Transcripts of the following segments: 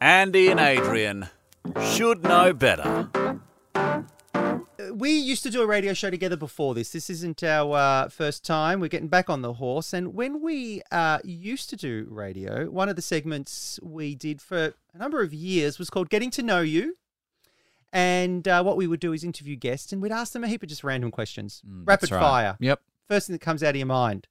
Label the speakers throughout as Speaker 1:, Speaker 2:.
Speaker 1: Andy and Adrian should know better.
Speaker 2: we used to do a radio show together before this. This isn't our uh, first time. We're getting back on the horse. And when we uh, used to do radio, one of the segments we did for a number of years was called Getting to Know You. And uh, what we would do is interview guests and we'd ask them a heap of just random questions, rapid
Speaker 3: Mm, That's right.
Speaker 2: fire.
Speaker 3: Yep.
Speaker 2: First thing that comes out of your mind.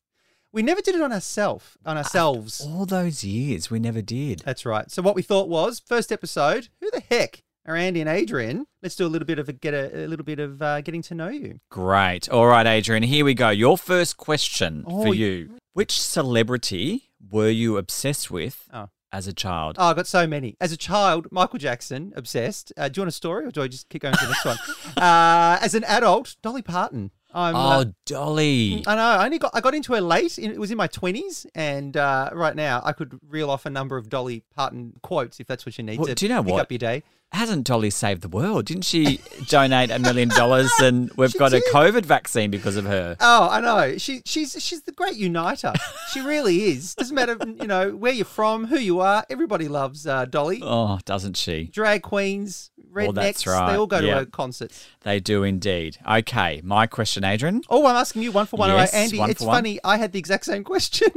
Speaker 2: We never did it on ourselves, on
Speaker 3: Ah,
Speaker 2: ourselves.
Speaker 3: All those years we never did.
Speaker 2: That's right. So what we thought was first episode. Who the heck are Andy and Adrian? Let's do a little bit of a get a, a little bit of uh, getting to know you.
Speaker 3: Great. All right, Adrian, here we go. Your first question
Speaker 2: Oh,
Speaker 3: for you. Which celebrity were you obsessed with
Speaker 2: Oh.
Speaker 3: as a child?
Speaker 2: Oh, I got so many. As a child, Michael Jackson, obsessed. Uh, do you want a story, or do I just keep going to the next one? Uh, as an adult, Dolly Parton. I'm, uh,
Speaker 3: oh, Dolly.
Speaker 2: I know. I only got I got into her late. It was in my twenties, and uh, right now I could reel off a number of Dolly Parton quotes if that's what you need
Speaker 3: Well,
Speaker 2: to
Speaker 3: do you know
Speaker 2: pick
Speaker 3: what?
Speaker 2: up your day.
Speaker 3: Hasn't Dolly saved the world? Didn't she donate a million dollars and we've
Speaker 2: She
Speaker 3: got
Speaker 2: did.
Speaker 3: a COVID vaccine because of her?
Speaker 2: Oh, I know. She she's she's the great uniter. she really is. Doesn't matter, you know, where you're from, who you are. Everybody loves uh, Dolly.
Speaker 3: Oh, doesn't she?
Speaker 2: Drag queens, rednecks,
Speaker 3: Well, that's right.
Speaker 2: they all go to
Speaker 3: Yeah.
Speaker 2: her concerts.
Speaker 3: They do indeed. Okay, my question, Adrian.
Speaker 2: Oh, I'm asking you one for one. All
Speaker 3: Yes,
Speaker 2: right, Andy,
Speaker 3: one
Speaker 2: it's
Speaker 3: for one.
Speaker 2: funny. I had the exact same question.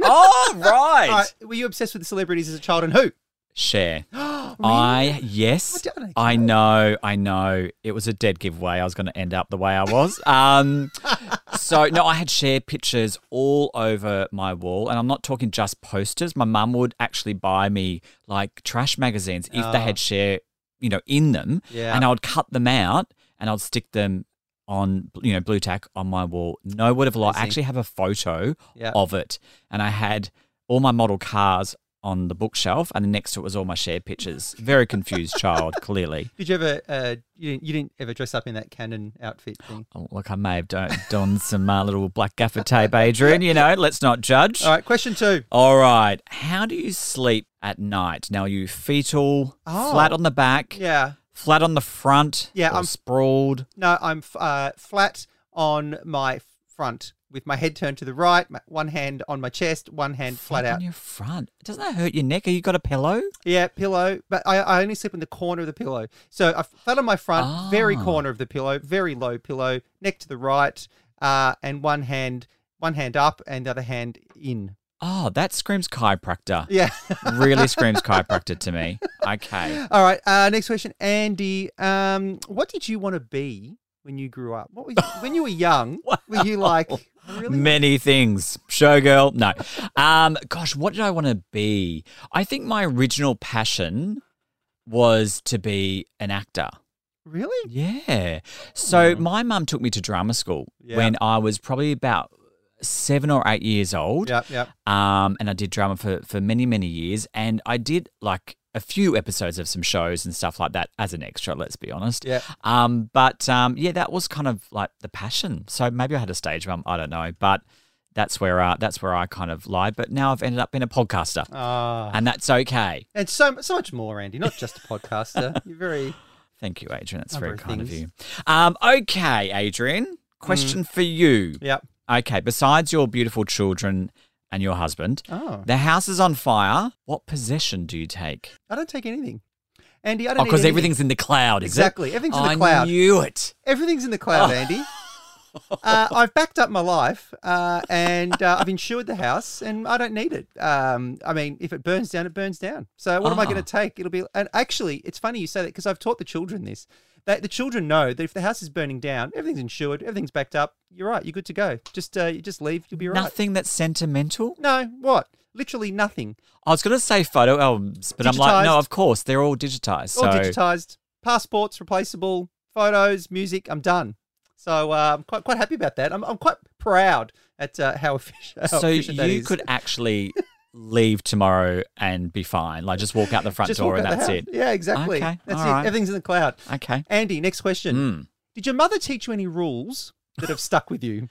Speaker 3: Oh,
Speaker 2: All
Speaker 3: right.
Speaker 2: right, were you obsessed with the celebrities as a child and who?
Speaker 3: Share.
Speaker 2: really?
Speaker 3: I yes,
Speaker 2: I don't
Speaker 3: I know, I know. It was a dead giveaway. I was going to end up the way I was. Um, so no, I had shared pictures all over my wall, and I'm not talking just posters. My mum would actually buy me like trash magazines if they
Speaker 2: Oh.
Speaker 3: had share, you know, in them,
Speaker 2: Yeah.
Speaker 3: and I would cut them out and I'd stick them on, you know, blue tack on my wall. No word of a lie. I
Speaker 2: Amazing.
Speaker 3: actually have a photo
Speaker 2: Yeah.
Speaker 3: of it, and I had all my model cars on the bookshelf, and next to it was all my shared pictures. Very confused child, clearly.
Speaker 2: Did you ever? Uh, you didn't. You didn't ever dress up in that canon outfit thing.
Speaker 3: Oh, Look, I may have don- donned some uh, little black gaffer tape, Adrian. You know, let's not judge.
Speaker 2: All right, question two.
Speaker 3: All right. How do you sleep at night? Now, are you fetal,
Speaker 2: Oh.
Speaker 3: flat on the back,
Speaker 2: Yeah.
Speaker 3: flat on the front,
Speaker 2: Yeah,
Speaker 3: or
Speaker 2: I'm-
Speaker 3: sprawled?
Speaker 2: No, I'm f- uh, flat on my front with my head turned to the right, my, one hand on my chest, one hand flat
Speaker 3: Flat
Speaker 2: out.
Speaker 3: on your front. Doesn't that hurt your neck? Have you got a pillow?
Speaker 2: Yeah, pillow, but I, I only sleep in the corner of the pillow. So I flat on my front, very
Speaker 3: Ah.
Speaker 2: corner of the pillow, very low pillow, neck to the right, uh, and one hand, one hand up and the other hand in.
Speaker 3: Oh, that screams chiropractor.
Speaker 2: Yeah.
Speaker 3: really screams chiropractor to me. Okay.
Speaker 2: All right. Uh, next question, Andy. Um, what did you want to be when you grew up? What were you, when you were young? Were you like "I really?
Speaker 3: Many things. Showgirl. No. Um, gosh, what did I want to be? I think my original passion was to be an actor.
Speaker 2: really?
Speaker 3: Yeah. So my mum took me to drama school
Speaker 2: Yeah.
Speaker 3: when I was probably about seven or eight years old.
Speaker 2: Yep. Yep.
Speaker 3: um, and I did drama for, for many, many years. And I did like a few episodes of some shows and stuff like that as an extra, let's be honest.
Speaker 2: Yeah.
Speaker 3: Um, but um, yeah, that was kind of like the passion. So maybe I had a stage mum, I don't know. But that's where uh, that's where I kind of lied. But now I've ended up being a podcaster.
Speaker 2: Ah.
Speaker 3: And that's okay.
Speaker 2: And so so much more, Andy. Not just a podcaster. You're very
Speaker 3: Thank you, Adrian. That's
Speaker 2: Number
Speaker 3: very
Speaker 2: of
Speaker 3: kind of you.
Speaker 2: things. Mm.
Speaker 3: Um, okay, Adrian. Question for you.
Speaker 2: yeah.
Speaker 3: Okay, besides your beautiful children and your husband,
Speaker 2: Oh,
Speaker 3: the house is on fire. What possession do you take?
Speaker 2: I don't take anything, Andy. I don't.
Speaker 3: Oh,
Speaker 2: need
Speaker 3: because
Speaker 2: anything.
Speaker 3: everything's in the cloud, is it?
Speaker 2: Exactly. Everything's in the
Speaker 3: I
Speaker 2: cloud.
Speaker 3: knew it.
Speaker 2: everything's in the cloud,
Speaker 3: Oh.
Speaker 2: Andy. Uh, I've backed up my life, uh, and uh, I've insured the house, and I don't need it. Um, I mean, if it burns down, it burns down. So what am I going to
Speaker 3: Ah.
Speaker 2: take? It'll be. And actually, it's funny you say that because I've taught the children this. They, the children know that if the house is burning down, everything's insured, everything's backed up. You're right. You're good to go. Just uh, you just leave. You'll be all right.
Speaker 3: Nothing that's sentimental.
Speaker 2: No, what? Literally nothing.
Speaker 3: I was going to say photo albums, but I'm like,
Speaker 2: Digitised.
Speaker 3: no, of course they're all digitized. So
Speaker 2: all digitized. Passports replaceable, photos, music. I'm done. So uh, I'm quite quite happy about that. I'm, I'm quite proud at uh, how efficient. How
Speaker 3: so
Speaker 2: efficient that
Speaker 3: you
Speaker 2: is.
Speaker 3: could actually leave tomorrow and be fine. Like just walk out the front
Speaker 2: Just
Speaker 3: door
Speaker 2: walk
Speaker 3: and
Speaker 2: out the
Speaker 3: that's
Speaker 2: house.
Speaker 3: it.
Speaker 2: Yeah, exactly.
Speaker 3: Okay,
Speaker 2: That's
Speaker 3: all
Speaker 2: it.
Speaker 3: right.
Speaker 2: Everything's in the cloud.
Speaker 3: Okay.
Speaker 2: Andy, next question.
Speaker 3: Mm.
Speaker 2: Did your mother teach you any rules that have stuck with you?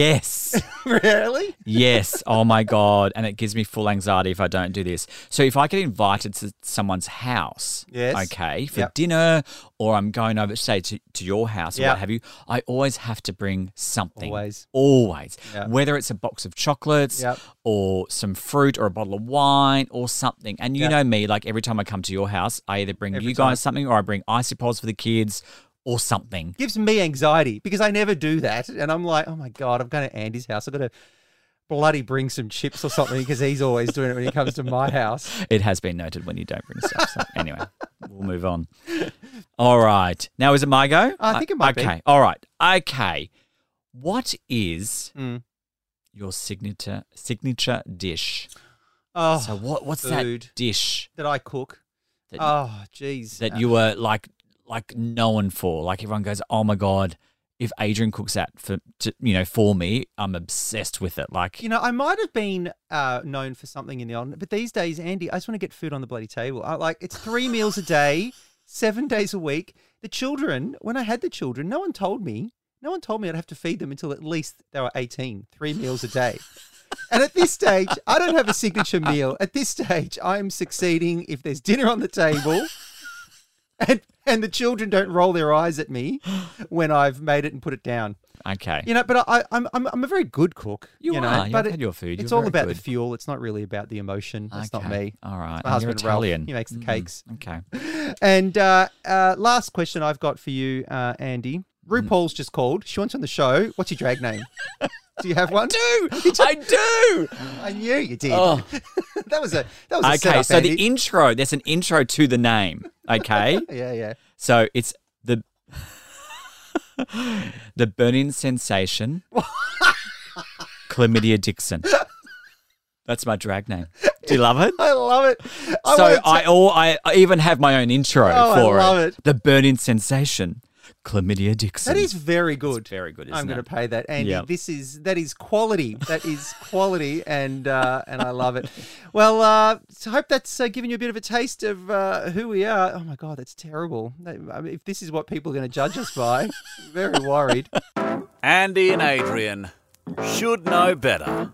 Speaker 3: Yes.
Speaker 2: really?
Speaker 3: Yes. Oh my God. And it gives me full anxiety if I don't do this. So if I get invited to someone's house,
Speaker 2: Yes.
Speaker 3: okay, for
Speaker 2: Yep.
Speaker 3: dinner or I'm going over, say, to, to your house or
Speaker 2: Yep.
Speaker 3: what have you, I always have to bring something.
Speaker 2: Always.
Speaker 3: Always.
Speaker 2: Yep.
Speaker 3: Whether it's a box of chocolates
Speaker 2: Yep.
Speaker 3: or some fruit or a bottle of wine or something. And you
Speaker 2: Yep.
Speaker 3: know me, like every time I come to your house, I either bring you guys something or I bring icy pods for the kids or something.
Speaker 2: Gives me anxiety because I never do that. And I'm like, oh my God, I'm going to Andy's house. I've got to bloody bring some chips or something because he's always doing it when he comes to my house.
Speaker 3: It has been noted when you don't bring stuff. So anyway, we'll move on. All right. Now is it my go?
Speaker 2: I think it might be.
Speaker 3: okay. All right. Okay. What is
Speaker 2: Mm.
Speaker 3: your signature signature dish?
Speaker 2: Oh,
Speaker 3: so what what's
Speaker 2: food.
Speaker 3: that dish
Speaker 2: that I cook.
Speaker 3: That-
Speaker 2: oh, jeez.
Speaker 3: that you were like like known for? Like everyone goes, "Oh my god, if Adrian cooks that for to, you know, for me, I'm obsessed with it." Like
Speaker 2: You know, I might have been uh, known for something in the on, but these days, Andy, I just want to get food on the bloody table. I, like it's three meals a day, seven days a week. The children, when I had the children, no one told me. No one told me I'd have to feed them until at least they were 18, three meals a day. And at this stage, I don't have a signature meal. At this stage, I am succeeding if there's dinner on the table and, and the children don't roll their eyes at me when I've made it and put it down.
Speaker 3: okay.
Speaker 2: You know, but I, I'm I'm I'm a very good cook.
Speaker 3: You
Speaker 2: know,
Speaker 3: are. You've
Speaker 2: but
Speaker 3: had your food.
Speaker 2: It's
Speaker 3: You're
Speaker 2: all
Speaker 3: very
Speaker 2: about the
Speaker 3: good.
Speaker 2: fuel. It's not really about the emotion. That's not
Speaker 3: Okay.
Speaker 2: me.
Speaker 3: All right.
Speaker 2: My
Speaker 3: And you're
Speaker 2: husband Ralph.
Speaker 3: Italian.
Speaker 2: He makes the
Speaker 3: Mm,
Speaker 2: cakes.
Speaker 3: Okay.
Speaker 2: And uh, uh, last question I've got for you, uh, Andy.
Speaker 3: Mm-hmm.
Speaker 2: RuPaul's just called. She wants you on the show. What's your drag name? Do you have one?
Speaker 3: do. I do.
Speaker 2: I knew you did.
Speaker 3: Oh.
Speaker 2: that was a that was a
Speaker 3: Okay,
Speaker 2: setup,
Speaker 3: so the
Speaker 2: Andy.
Speaker 3: intro, there's an intro to the name. Okay.
Speaker 2: yeah yeah
Speaker 3: so it's the the burning sensation chlamydia Dixon. That's my drag name. Do you love it?
Speaker 2: I love it. I
Speaker 3: so
Speaker 2: wanted to-
Speaker 3: I all I I even have my own intro
Speaker 2: Oh, I
Speaker 3: for
Speaker 2: love it.
Speaker 3: The burning sensation chlamydia Dixon.
Speaker 2: that is very good.
Speaker 3: very good,
Speaker 2: I'm
Speaker 3: isn't
Speaker 2: going
Speaker 3: it?
Speaker 2: to pay that, Andy.
Speaker 3: Yeah.
Speaker 2: This is that is quality. That is quality, and uh, and I love it. Well, uh, so hope that's uh, given you a bit of a taste of uh, who we are. Oh my God, that's terrible. That- I mean, if this is what people are going to judge us by, very worried.
Speaker 1: Andy and Adrian should know better.